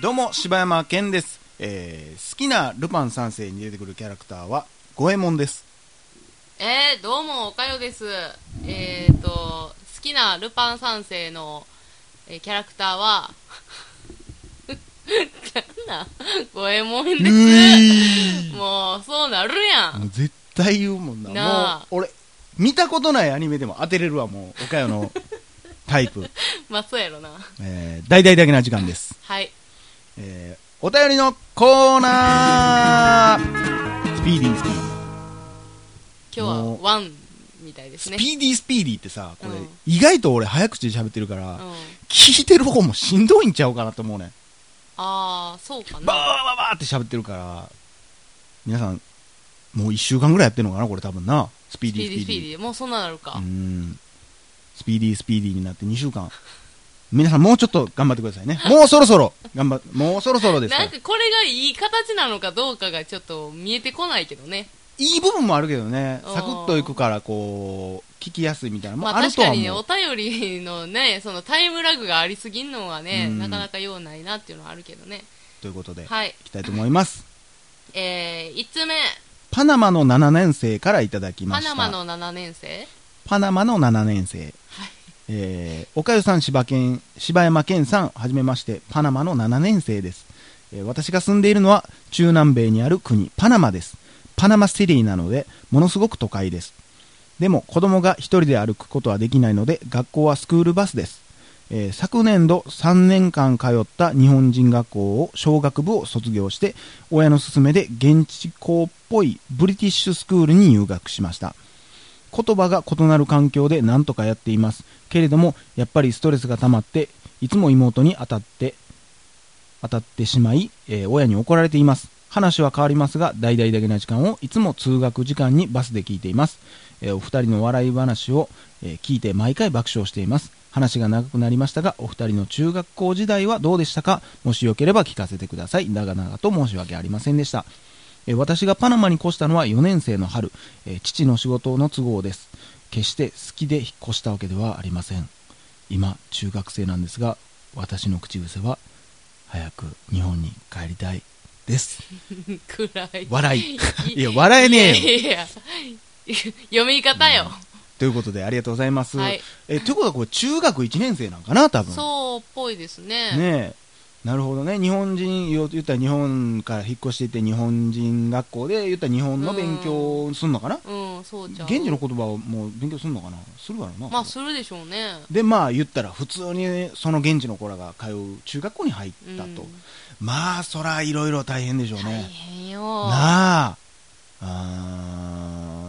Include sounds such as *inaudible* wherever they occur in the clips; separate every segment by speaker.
Speaker 1: どうも、柴山健です。えー、好きなルパン三世に出てくるキャラクターは、五右衛門です。
Speaker 2: えー、どうも、おかよです。えーと、好きなルパン三世の、えーキャラクターは、 *laughs* なんなん五右衛門で
Speaker 1: ぬ
Speaker 2: す。
Speaker 1: い
Speaker 2: もう、そうなるや
Speaker 1: も
Speaker 2: ん。
Speaker 1: う絶対言うもんな。
Speaker 2: なあ
Speaker 1: もう、俺、見たことないアニメでも当てれるわ、もう、岡山の *laughs* タイプ。
Speaker 2: まあ、そうやろな。
Speaker 1: えー、大々だけな時間です。
Speaker 2: はい。
Speaker 1: えー、お便りのコーナースピーディースピーディー。
Speaker 2: 今日は
Speaker 1: もう
Speaker 2: ワンみたいです
Speaker 1: ス
Speaker 2: ね。
Speaker 1: ピーディースピーディーってさ、これ、
Speaker 2: うん
Speaker 1: 意外と俺早口で喋ってるから、
Speaker 2: うん、
Speaker 1: 聞いてる方もしんどいんちゃうかなと思うね。
Speaker 2: あー、そうか
Speaker 1: バー
Speaker 2: な。
Speaker 1: バーバーって喋ってるから、皆さん、もう一週間ぐらいやってるのかな、これ多分な。スピー
Speaker 2: ス
Speaker 1: デ
Speaker 2: ピ
Speaker 1: ィー
Speaker 2: ーディー
Speaker 1: ス
Speaker 2: スピ
Speaker 1: ピ
Speaker 2: ー
Speaker 1: ー
Speaker 2: デ
Speaker 1: ディー。
Speaker 2: ィー。もうそんななるか。
Speaker 1: うーん。スピーディースピーディーになって2週間。皆さんもうちょっと頑張ってくださいね。もうそろそろ、頑張っ、もうそろそろですか
Speaker 2: な
Speaker 1: ら
Speaker 2: ん。かこれがいい形なのかどうかがちょっと見えてこないけどね。
Speaker 1: いい部分もあるけどね、
Speaker 2: うん
Speaker 1: サクッといくから、こう、聞きやすいみたいな、も
Speaker 2: ま
Speaker 1: う
Speaker 2: あ
Speaker 1: ある
Speaker 2: 確
Speaker 1: と
Speaker 2: か
Speaker 1: は
Speaker 2: にね、
Speaker 1: 思
Speaker 2: お
Speaker 1: う。
Speaker 2: 便りのね、そのタイムラグがありすぎんのはね、
Speaker 1: うん
Speaker 2: なかなか用ないなっていうのはあるけどね。
Speaker 1: ということで、い
Speaker 2: はい。
Speaker 1: きたいと思います。
Speaker 2: えー、1つ目、
Speaker 1: パナマの7年生からいただきま
Speaker 2: パ
Speaker 1: した。
Speaker 2: ナマの7年生 *laughs*
Speaker 1: パナマの7年生。えー、おかゆさん、柴犬、柴山健さん、はじめまして、パナマの7年生です。えー私が住んでいるのは、中南米にある国、パナマです。パナマシティなので、ものすごく都会です。でも、子供が一人で歩くことはできないので、学校はスクールバスです。えー昨年度3年間通った日本人学校を小学部を卒業して親の勧めで現地校っぽいブリティッシュスクールに入学しました言葉が異なる環境で何とかやっていますけれどもやっぱりストレスが溜まっていつも妹に当たって当たってしまい、えー親に怒られています話は変わりますが大々だけな時間をいつも通学時間にバスで聞いています、えーお二人の笑い話を、えー聞いて毎回爆笑しています話が長くなりましたがお二人の中学校時代はどうでしたかもしよければ聞かせてください長々と申し訳ありませんでしたえー私がパナマに越したのは4年生の春、えー父の仕事の都合です決して好きで引っ越したわけではありません今中学生なんですが私の口癖は早く日本に帰りたいです
Speaker 2: 暗い。
Speaker 1: 笑
Speaker 2: *laughs*
Speaker 1: いいや笑えねえよ
Speaker 2: いやい *laughs* や、読み方よ。
Speaker 1: ということでありがとうございます、
Speaker 2: はい
Speaker 1: えーということはこれ中学1年生なんかな多分
Speaker 2: そうっぽいですね。
Speaker 1: ねえなるほどね日本人よ言ったら日本から引っ越していって日本人学校で言ったら日本の勉強をするのかな
Speaker 2: うん、そうじゃん。
Speaker 1: 現地の言葉をもう勉強するのかなするからな
Speaker 2: まあ、するでしょうね。
Speaker 1: でまあ言ったら普通にその現地の子らが通う中学校に入っ
Speaker 2: うん
Speaker 1: たと、まあそらいろいろ大変でしょう
Speaker 2: 大
Speaker 1: ね
Speaker 2: 変よ。
Speaker 1: なああ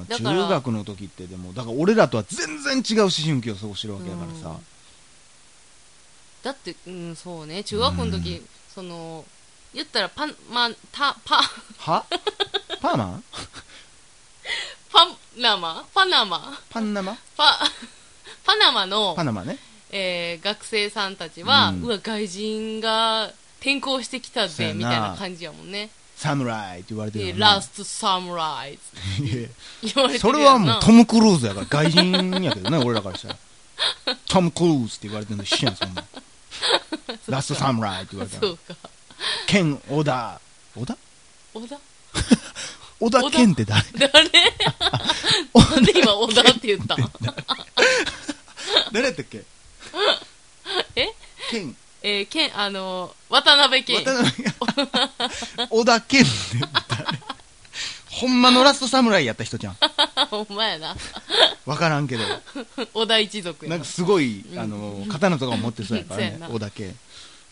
Speaker 1: ー
Speaker 2: だ
Speaker 1: 中
Speaker 2: から
Speaker 1: 学の時ってでもだから俺らとは全然違う思春期を過ごしてるわけだからさ、
Speaker 2: だって、うん、そうね。中学校の時、その、言ったらパン、まあ、た、パ、 *laughs*
Speaker 1: はパーマン
Speaker 2: パナマパナマ
Speaker 1: パンナマ
Speaker 2: パ、 *laughs* パナマの
Speaker 1: パ、ナマね
Speaker 2: えー学生さんたちは、
Speaker 1: う
Speaker 2: うんわ、外人が転校してきた
Speaker 1: そうやな
Speaker 2: ぜ、みたいな感じやもんね。
Speaker 1: サムライって言われてる
Speaker 2: で、
Speaker 1: よ
Speaker 2: ラストサムライズ
Speaker 1: いや
Speaker 2: 言われて
Speaker 1: そ
Speaker 2: る
Speaker 1: れ
Speaker 2: や
Speaker 1: は
Speaker 2: ん
Speaker 1: も
Speaker 2: な
Speaker 1: うトム・クルーズやから外人やけどね俺らからしたら
Speaker 2: *laughs*
Speaker 1: トム・クルーズって言われてるの一緒やんそんなんラストサムライって言われて
Speaker 2: *laughs* そ
Speaker 1: る
Speaker 2: うか。
Speaker 1: ケン・オダオダ
Speaker 2: 小田
Speaker 1: 小田健って
Speaker 2: *laughs*
Speaker 1: 誰 *laughs*
Speaker 2: 誰なんで今小田って言ったん
Speaker 1: 誰やったっけ
Speaker 2: *laughs* え
Speaker 1: ケン
Speaker 2: えー、ケン、あの、渡辺ケン。
Speaker 1: 渡辺小田健って誰ほんまのラストサムライやった人じゃん
Speaker 2: *laughs* ほんまやな。
Speaker 1: わからんけど
Speaker 2: 小田一族や
Speaker 1: なんかすごい、あの刀とかも持ってそうやから
Speaker 2: *laughs* そ
Speaker 1: ね
Speaker 2: うやな
Speaker 1: 小田健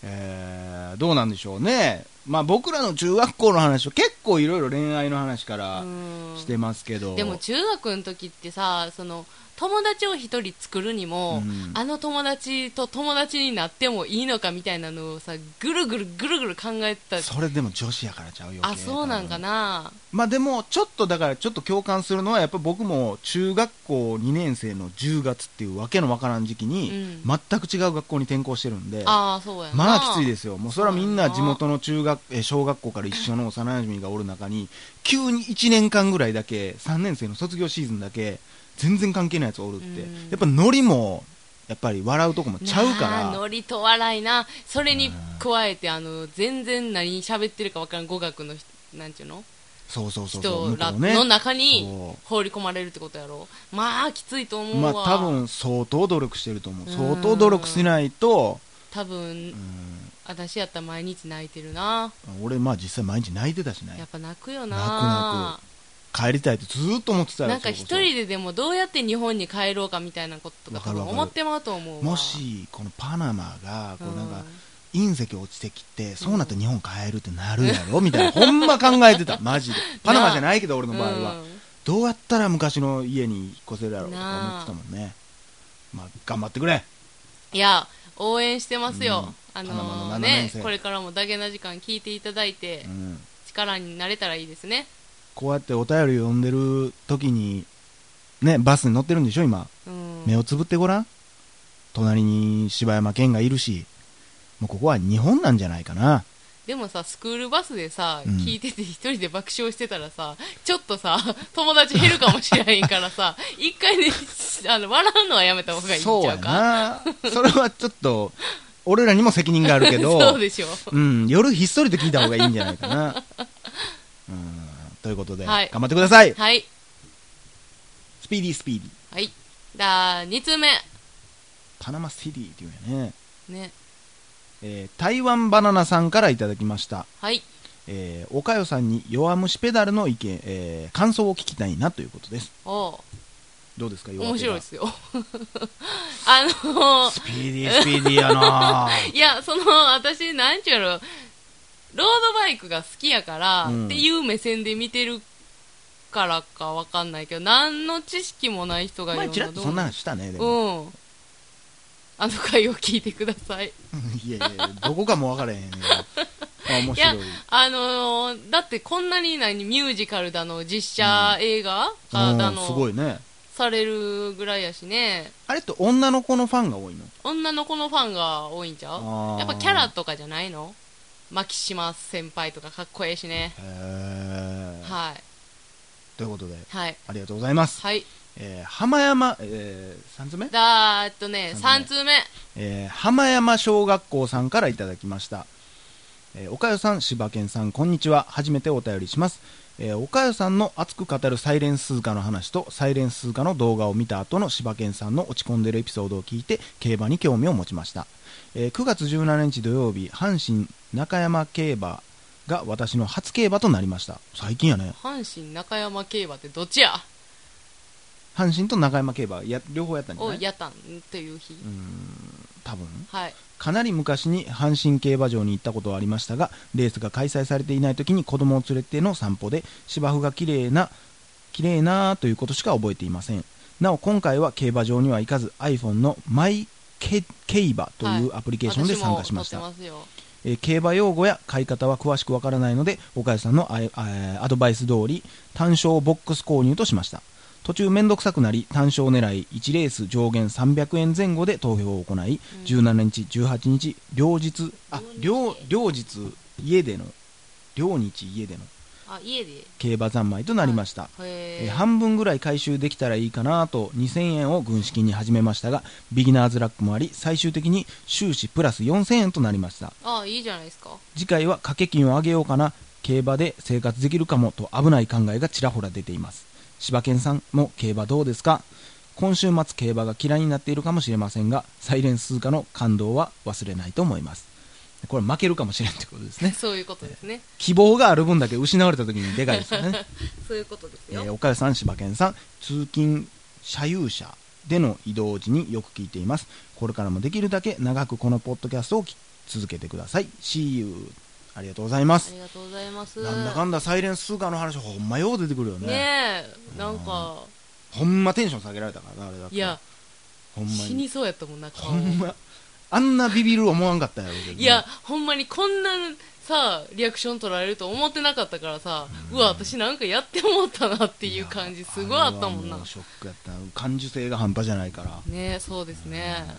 Speaker 1: えー、どうなんでしょうねまあ僕らの中学校の話は結構いろいろ恋愛の話から
Speaker 2: うん
Speaker 1: してますけど、
Speaker 2: でも中学の時ってさその友達を一人作るにも、
Speaker 1: うん
Speaker 2: あの友達と友達になってもいいのかみたいなのをさぐるぐるぐるぐる考えてた
Speaker 1: それでも女子やからちゃうよ
Speaker 2: あそうなんかな
Speaker 1: まあでもちょっとだからちょっと共感するのはやっぱ僕も中学校2年生の10月っていうわけのわからん時期に
Speaker 2: う
Speaker 1: 全く違う学校に転校してるんで、
Speaker 2: ああそうやな
Speaker 1: まあきついですよもうそれはみんな
Speaker 2: そう
Speaker 1: 地
Speaker 2: やな
Speaker 1: 元の中学えー小学校から一緒の幼馴染がおる中に急に1年間ぐらいだけ3年生の卒業シーズンだけ全然関係ないやつおるって
Speaker 2: うん
Speaker 1: やっぱノリもやっぱり笑うとこもちゃうか
Speaker 2: なあ
Speaker 1: ら
Speaker 2: ノリと笑いなそれに加えてあの全然何喋ってるか分からん語学の人なんちゅうの
Speaker 1: そうそうそうそう
Speaker 2: 人ら
Speaker 1: 向こうね
Speaker 2: の中に
Speaker 1: そ
Speaker 2: 放り込まれるってことやろまあきついと思う
Speaker 1: ま
Speaker 2: わ、
Speaker 1: あ多分相当努力してると思う
Speaker 2: うん
Speaker 1: 相当努力しないと
Speaker 2: 多分私やったら毎日泣いてるな
Speaker 1: 俺まあ実際毎日泣いてたしね
Speaker 2: やっぱ泣くよな
Speaker 1: 泣く帰りたいってずーっと思ってたよ
Speaker 2: なんか
Speaker 1: そ
Speaker 2: 一
Speaker 1: れこそ
Speaker 2: 人ででもどうやって日本に帰ろうかみたいなことと
Speaker 1: わ
Speaker 2: か
Speaker 1: かる
Speaker 2: 多分
Speaker 1: わかる
Speaker 2: 思ってまうと思うわ
Speaker 1: もしこのパナマがこうなんか
Speaker 2: うん
Speaker 1: 隕石落ちてきてそうなったら日本帰るってなるやろみたいなほんま考え
Speaker 2: *laughs*
Speaker 1: てたマジでパナマじゃないけど俺の場合はどうやったら昔の家に引っ越せるやろうとか思ってたもんねまあ頑張ってくれ
Speaker 2: いや応援してます
Speaker 1: う
Speaker 2: よ
Speaker 1: ん、
Speaker 2: あ
Speaker 1: パナマ
Speaker 2: の
Speaker 1: の
Speaker 2: ー
Speaker 1: 7年
Speaker 2: ね
Speaker 1: 生
Speaker 2: これからもダゲな時間聞いていただいて、
Speaker 1: うん
Speaker 2: 力になれたらいいですね
Speaker 1: こうやってお便りを読んでる時にねバスに乗ってるんでしょ今
Speaker 2: うん
Speaker 1: 目をつぶってごらん隣に柴山健がいるしもうここは日本なんじゃないかな
Speaker 2: でもさスクールバスでさ、
Speaker 1: うん
Speaker 2: 聞いてて一人で爆笑してたらさちょっとさ *laughs* 友達減るかもしれへんから
Speaker 1: *laughs*
Speaker 2: さ一回ねあの笑うのはやめた方がいいんち
Speaker 1: そう
Speaker 2: ゃ
Speaker 1: や
Speaker 2: うか
Speaker 1: なそれはちょっと俺らにも責任があるけど
Speaker 2: *laughs* そうでしょ
Speaker 1: うん、夜ひっそりと聞いた方がいいんじゃないか
Speaker 2: *laughs*
Speaker 1: なうんということで、
Speaker 2: はい
Speaker 1: 頑張ってください
Speaker 2: はい
Speaker 1: スピーディースピーディー
Speaker 2: はいだ2通目
Speaker 1: パナマシティっていうんやね、
Speaker 2: ね
Speaker 1: えー台湾バナナさんからいただきました
Speaker 2: はい
Speaker 1: えー、おかよさんに弱虫ペダルの意見、えー感想を聞きたいなということです
Speaker 2: お
Speaker 1: どうですか
Speaker 2: う
Speaker 1: 弱
Speaker 2: 面
Speaker 1: ペダ
Speaker 2: 白い
Speaker 1: ル
Speaker 2: ですよ *laughs* あの
Speaker 1: スピーディースピーディーやな
Speaker 2: *laughs* いやその私なんちゅうやろロードバイクが好きやから、
Speaker 1: うん
Speaker 2: っていう目線で見てるからかわかんないけど何の知識もない人が
Speaker 1: 前ちらっとそんな
Speaker 2: な
Speaker 1: 話したねで
Speaker 2: う
Speaker 1: も、
Speaker 2: んあの回を聞いてください
Speaker 1: いやいやどこかも分からへんねんけどあ面
Speaker 2: いや
Speaker 1: 白い
Speaker 2: あのーだってこんなに何ミュージカルだの実写映画がだ
Speaker 1: うん
Speaker 2: の、
Speaker 1: すごいね
Speaker 2: されるぐらいやしね
Speaker 1: あれって女の子のファンが多いの
Speaker 2: 女の子のファンが多いんちゃ
Speaker 1: あー
Speaker 2: うやっぱキャラとかじゃないの牧島先輩とかかっこええしね
Speaker 1: へえ
Speaker 2: はい
Speaker 1: ということで
Speaker 2: はい
Speaker 1: ありがとうございます、
Speaker 2: はい
Speaker 1: えー、浜山、えー、3つ目、
Speaker 2: だーっとね
Speaker 1: 三
Speaker 2: 3
Speaker 1: 通
Speaker 2: 通目
Speaker 1: えー、浜山小学校さんからいただきました、えー、おかよさん柴犬さんこんにちは初めてお便りします、えー、おかよさんの熱く語るサイレンスズカの話とサイレンスズカの動画を見た後の柴犬さんの落ち込んでるエピソードを聞いて競馬に興味を持ちました、えー、9月17日土曜日阪神中山競馬が私の初競馬となりました最近やね
Speaker 2: 阪神中山競馬ってどっちや
Speaker 1: 阪神と中山競馬や両方やったんじゃ
Speaker 2: を
Speaker 1: ない
Speaker 2: やったんという日
Speaker 1: うーん多分
Speaker 2: はい
Speaker 1: かなり昔に阪神競馬場に行ったことはありましたがレースが開催されていない時に子供を連れての散歩で芝生が綺麗な綺麗なということしか覚えていませんなお今回は競馬場には行かず iPhone のマイケ競馬というアプリケーションで参加しました、
Speaker 2: 私も撮ってますよ
Speaker 1: えー競馬用語や買い方は詳しくわからないので岡谷さんのあえあえアドバイス通り単勝ボックス購入としました途中面倒くさくなり単勝狙い1レース上限300円前後で投票を行い、17日18日両日あ両両日家での両日家での
Speaker 2: あ家でへ
Speaker 1: 競馬三昧となりました、えー
Speaker 2: え
Speaker 1: 半分ぐらい回収できたらいいかなと2000円を軍資金に始めましたがビギナーズラックもあり最終的に収支プラス4000円となりました
Speaker 2: あいいじゃないですか
Speaker 1: 次回は掛け金を上げようかな競馬で生活できるかもと危ない考えがちらほら出ています柴犬さんも競馬どうですか今週末競馬が嫌いになっているかもしれませんがサイレンス通貨の感動は忘れないと思いますこれ負けるかもしれんってことですね
Speaker 2: そういうことですね
Speaker 1: 希望がある分だけ失われた時にでかいですよね
Speaker 2: そういうことです
Speaker 1: え
Speaker 2: よ
Speaker 1: ー、岡谷さん、柴犬さん、通勤車有車での移動時によく聞いています。これからもできるだけ長くこのポッドキャストをき続けてください。See you! ありがとうございま
Speaker 2: あ
Speaker 1: す。
Speaker 2: りがとうございます
Speaker 1: なんだかんだサイレンススーカーの話、ほんまよう出てくるよね。
Speaker 2: ねえなんか
Speaker 1: ほんまテンション下げられたからな、あれだって。
Speaker 2: いや
Speaker 1: ほんま
Speaker 2: 死
Speaker 1: に。
Speaker 2: にそうやったもんな顔
Speaker 1: ほんま。あんなビビる思わんかったやろうけどね、
Speaker 2: いや、ほんまにこんなさ、リアクション取られると思ってなかったからさ、うわ、私なんかやってもうたなっていう感じ、すごいあったもん
Speaker 1: あれは
Speaker 2: な
Speaker 1: う。ショックやった。感受性が半端じゃないから。
Speaker 2: ねそうですね。
Speaker 1: うん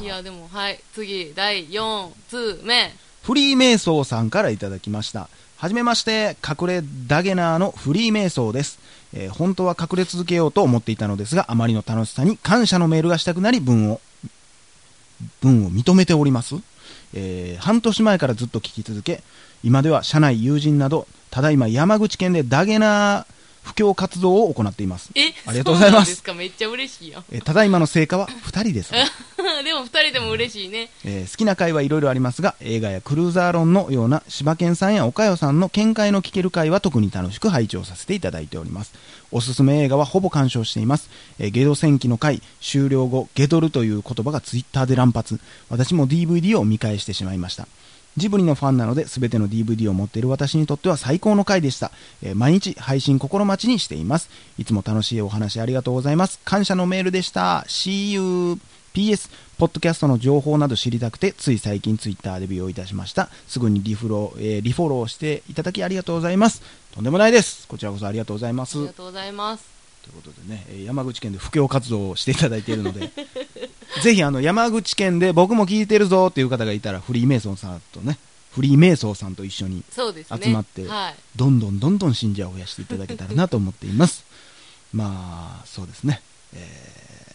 Speaker 2: いや、でも、はい、次、第4通目。
Speaker 1: フリーメイソーさんからいただきました。はじめまして、隠れダゲナーのフリーメイソーです、えー本当は隠れ続けようと思っていたのですが、あまりの楽しさに感謝のメールがしたくなり文を運を認めております、えー半年前からずっと聞き続け今では社内友人などただいま山口県でダゲな布教活動を行っています
Speaker 2: え
Speaker 1: ありがとうござい
Speaker 2: そうな
Speaker 1: ま
Speaker 2: んですすかめっちゃ嬉しいやん *laughs*
Speaker 1: えーただいまの成果は2人ですが
Speaker 2: でも二人でも嬉しいね
Speaker 1: えー好きな回はいろいろありますが映画やクルーザー論のような柴犬さんや岡代さんの見解の聞ける回は特に楽しく拝聴させていただいておりますおすすめ映画はほぼ鑑賞しています、えーゲド戦記の回終了後ゲドルという言葉がツイッターで乱発私も DVD を見返してしまいましたジブリのファンなので全ての DVD を持っている私にとっては最高の回でした、えー毎日配信心待ちにしていますいつも楽しいお話ありがとうございます感謝のメールでした See you PS ポッドキャストの情報など知りたくてつい最近ツイッターで美容いたしましたすぐにリフロ、えーリフォローしていただきありがとうございますとんでもないですこちらこそありがとうございま
Speaker 2: あ
Speaker 1: す
Speaker 2: りがとうございます
Speaker 1: ということでね、えー山口県で布教活動をしていただいているので、 *laughs* ぜひあの山口県で僕も聞いてるぞっていう方がいたら、フリーメイソンさんとね、フリーメイソンさんと一緒に、
Speaker 2: そうですね
Speaker 1: 集まって
Speaker 2: はい
Speaker 1: どんどんどんどん信者を増やしていただけたらなと思っています。 *laughs* まあ、そうですね。えー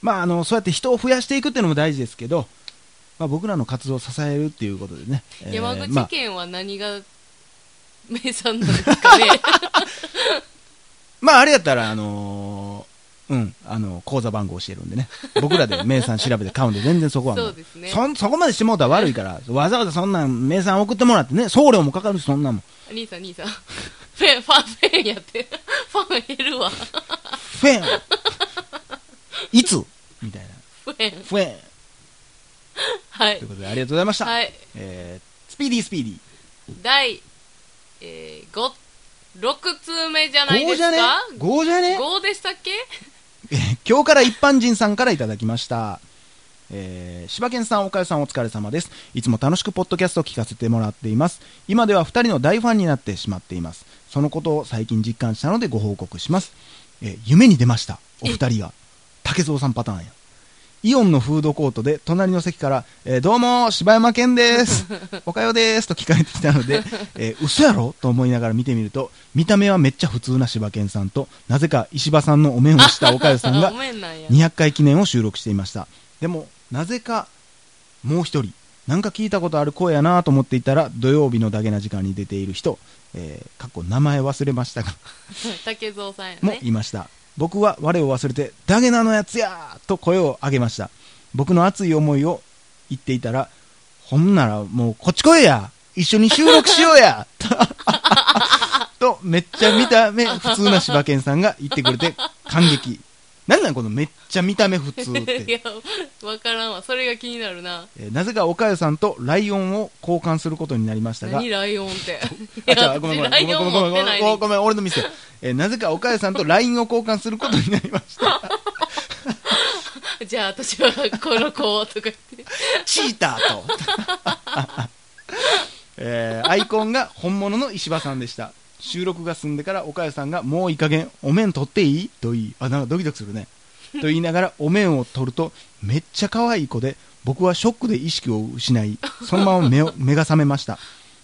Speaker 1: まあ、あの、そうやって人を増やしていくっていうのも大事ですけど、まあ、僕らの活動を支えるっていうことでね。えー
Speaker 2: 山口
Speaker 1: まあ
Speaker 2: 県は何が名産なんですかね
Speaker 1: まあ、あれやったら、あのーうん、あの、口座番号教えるんで
Speaker 2: *laughs*
Speaker 1: ね。僕らで名産調べて買うんで、全然そこはもう。
Speaker 2: そうですね
Speaker 1: そんそこまでしてもうたら悪いから、わざわざそんなん名産送ってもらってね、送料もかかるし、そんなんもん。
Speaker 2: 兄さん兄さんフェンファンフェンやってファン減るわ
Speaker 1: フ
Speaker 2: *laughs*
Speaker 1: ェンいつみたいな。
Speaker 2: フェン
Speaker 1: フェン
Speaker 2: は
Speaker 1: と
Speaker 2: い
Speaker 1: いうことで、ありがとうございました。
Speaker 2: はい
Speaker 1: えー、スピーディースピーディー。
Speaker 2: 第、えー、5 6通目じゃないで
Speaker 1: 5
Speaker 2: す
Speaker 1: じゃね
Speaker 2: か
Speaker 1: ?5 じゃね
Speaker 2: ?5 でしたっけ
Speaker 1: 今日から一般人さんからいただきました。えー、柴犬さん、岡谷さんお疲れ様です。いつも楽しくポッドキャストを聞かせてもらっています。今では二人の大ファンになってしまっています。そのことを最近実感したのでご報告します。えー夢に出ました。お二人が。竹蔵さんパターンや。イオンのフードコートで隣の席から、えーどうも、柴山健です。おかよです。と聞かれてきたので、えー嘘やろと思いながら見てみると、見た目はめっちゃ普通な柴犬さんと、なぜか石破さんのお面をしたおかよさん
Speaker 2: あ *laughs*
Speaker 1: が
Speaker 2: ご、めんなんや。
Speaker 1: 200回記念を収録していましたでもなぜかもう一人なんか聞いたことある声やなと思っていたら土曜日のダゲな時間に出ている人、えー、かっこ名前忘れましたが
Speaker 2: 竹蔵さんや
Speaker 1: も
Speaker 2: ね。
Speaker 1: いました僕は我を忘れてダゲなのやつやーと声を上げました僕の熱い思いを言っていたらほんならもうこっち来いや一緒に収録しようやとめっちゃ見た目普通な柴犬さんが言ってくれて感激なんなんこのめっちゃ見た目普通って
Speaker 2: いや、わからんわ。それが気になるな。
Speaker 1: えーなぜか岡谷さんとライオンを交換することになりましたが、
Speaker 2: 何ライオンって。
Speaker 1: あ、
Speaker 2: いや
Speaker 1: 違うごめんごめん、
Speaker 2: ライ
Speaker 1: ご
Speaker 2: オ
Speaker 1: め
Speaker 2: ン
Speaker 1: ん、ごめ
Speaker 2: 持
Speaker 1: ん、ご
Speaker 2: っ
Speaker 1: め
Speaker 2: て
Speaker 1: ん
Speaker 2: ない
Speaker 1: ごめん、
Speaker 2: ね。
Speaker 1: ごめん、俺のミス。えーなぜか岡谷さんと LINE を交換することになりました。
Speaker 2: じゃあ私はこの子とか言って。
Speaker 1: チーターと。 *laughs* えーアイコンが本物の石破さんでした。収録が済んでから岡谷さんがもういい加減お面取っていいと言い、あ、なんかドキドキするね。と言いながらお面を取るとめっちゃ可愛い子で僕はショックで意識を失いそのまま目を *laughs* 目が覚めました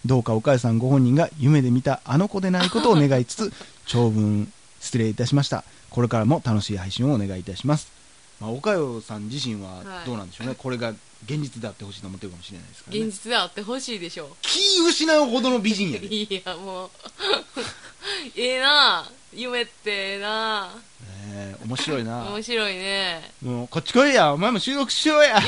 Speaker 1: どうか岡谷さんご本人が夢で見たあの子でないことを願いつつ長文失礼いたしましたこれからも楽しい配信をお願いいたします、まあ、岡谷さん自身は
Speaker 2: はい
Speaker 1: どうなんでしょうね、これが現実であってほしいと思ってるかもしれないですから、ね、
Speaker 2: 現実であってほしいでしょ
Speaker 1: 気失うほどの美人や
Speaker 2: *laughs* う。
Speaker 1: で、
Speaker 2: いや、もう。ええな夢ってええな
Speaker 1: ねえ面白いな
Speaker 2: 面白いね。
Speaker 1: もうこっち来いやお前も収録しようや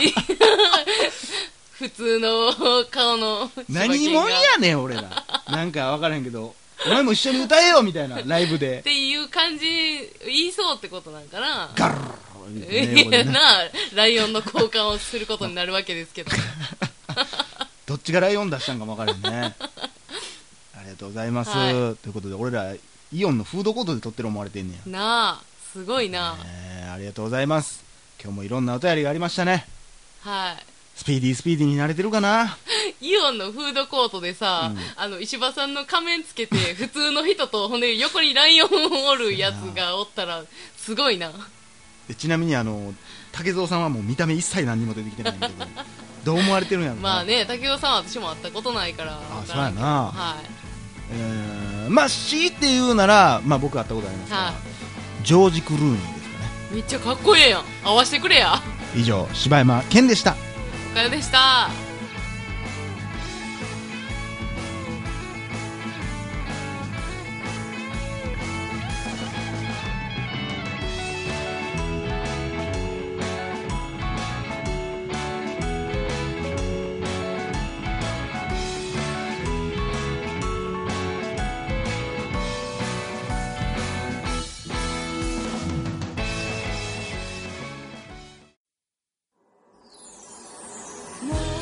Speaker 2: 普通の顔の柴犬が。
Speaker 1: 何もんやねん俺らなんか分からへんけどお前も一緒に歌えよみたいなライブ
Speaker 2: っ
Speaker 1: で
Speaker 2: ていう感じ言いそうってことなんかな
Speaker 1: ガルル
Speaker 2: え
Speaker 1: ねこれ
Speaker 2: *laughs* な
Speaker 1: ね
Speaker 2: ライオンの交換をすることになるわけですけど
Speaker 1: *laughs* どっちがライオン出したんかも分からへんねありがとうございます、
Speaker 2: は
Speaker 1: ということで俺らイオンのフードコートで撮ってる思われてんねや、
Speaker 2: なあすごいな、
Speaker 1: えーありがとうございます今日もいろんなお便りがありましたね
Speaker 2: は
Speaker 1: スピーディースピーディーに慣れてるかない
Speaker 2: イオンのフードコートでさ、
Speaker 1: うん
Speaker 2: あの石破さんの仮面つけて普通の人とほんで横にライオンおるやつがおったらすごいな
Speaker 1: でちなみにあの竹蔵さんはもう見た目一切何にも出てきてないん
Speaker 2: *laughs*
Speaker 1: だけどどう思われてるんやろな
Speaker 2: まあね竹雄さんは私も会ったことないから
Speaker 1: あ
Speaker 2: わ
Speaker 1: そう
Speaker 2: から
Speaker 1: や
Speaker 2: んけど
Speaker 1: な
Speaker 2: はい
Speaker 1: えーまあ強いて言うなら、まあ、僕会ったことありますから、
Speaker 2: は
Speaker 1: ジョージ・クルーニーですかね
Speaker 2: めっちゃかっこええやん合わせてくれや
Speaker 1: 以上柴山健でした
Speaker 2: おかよでした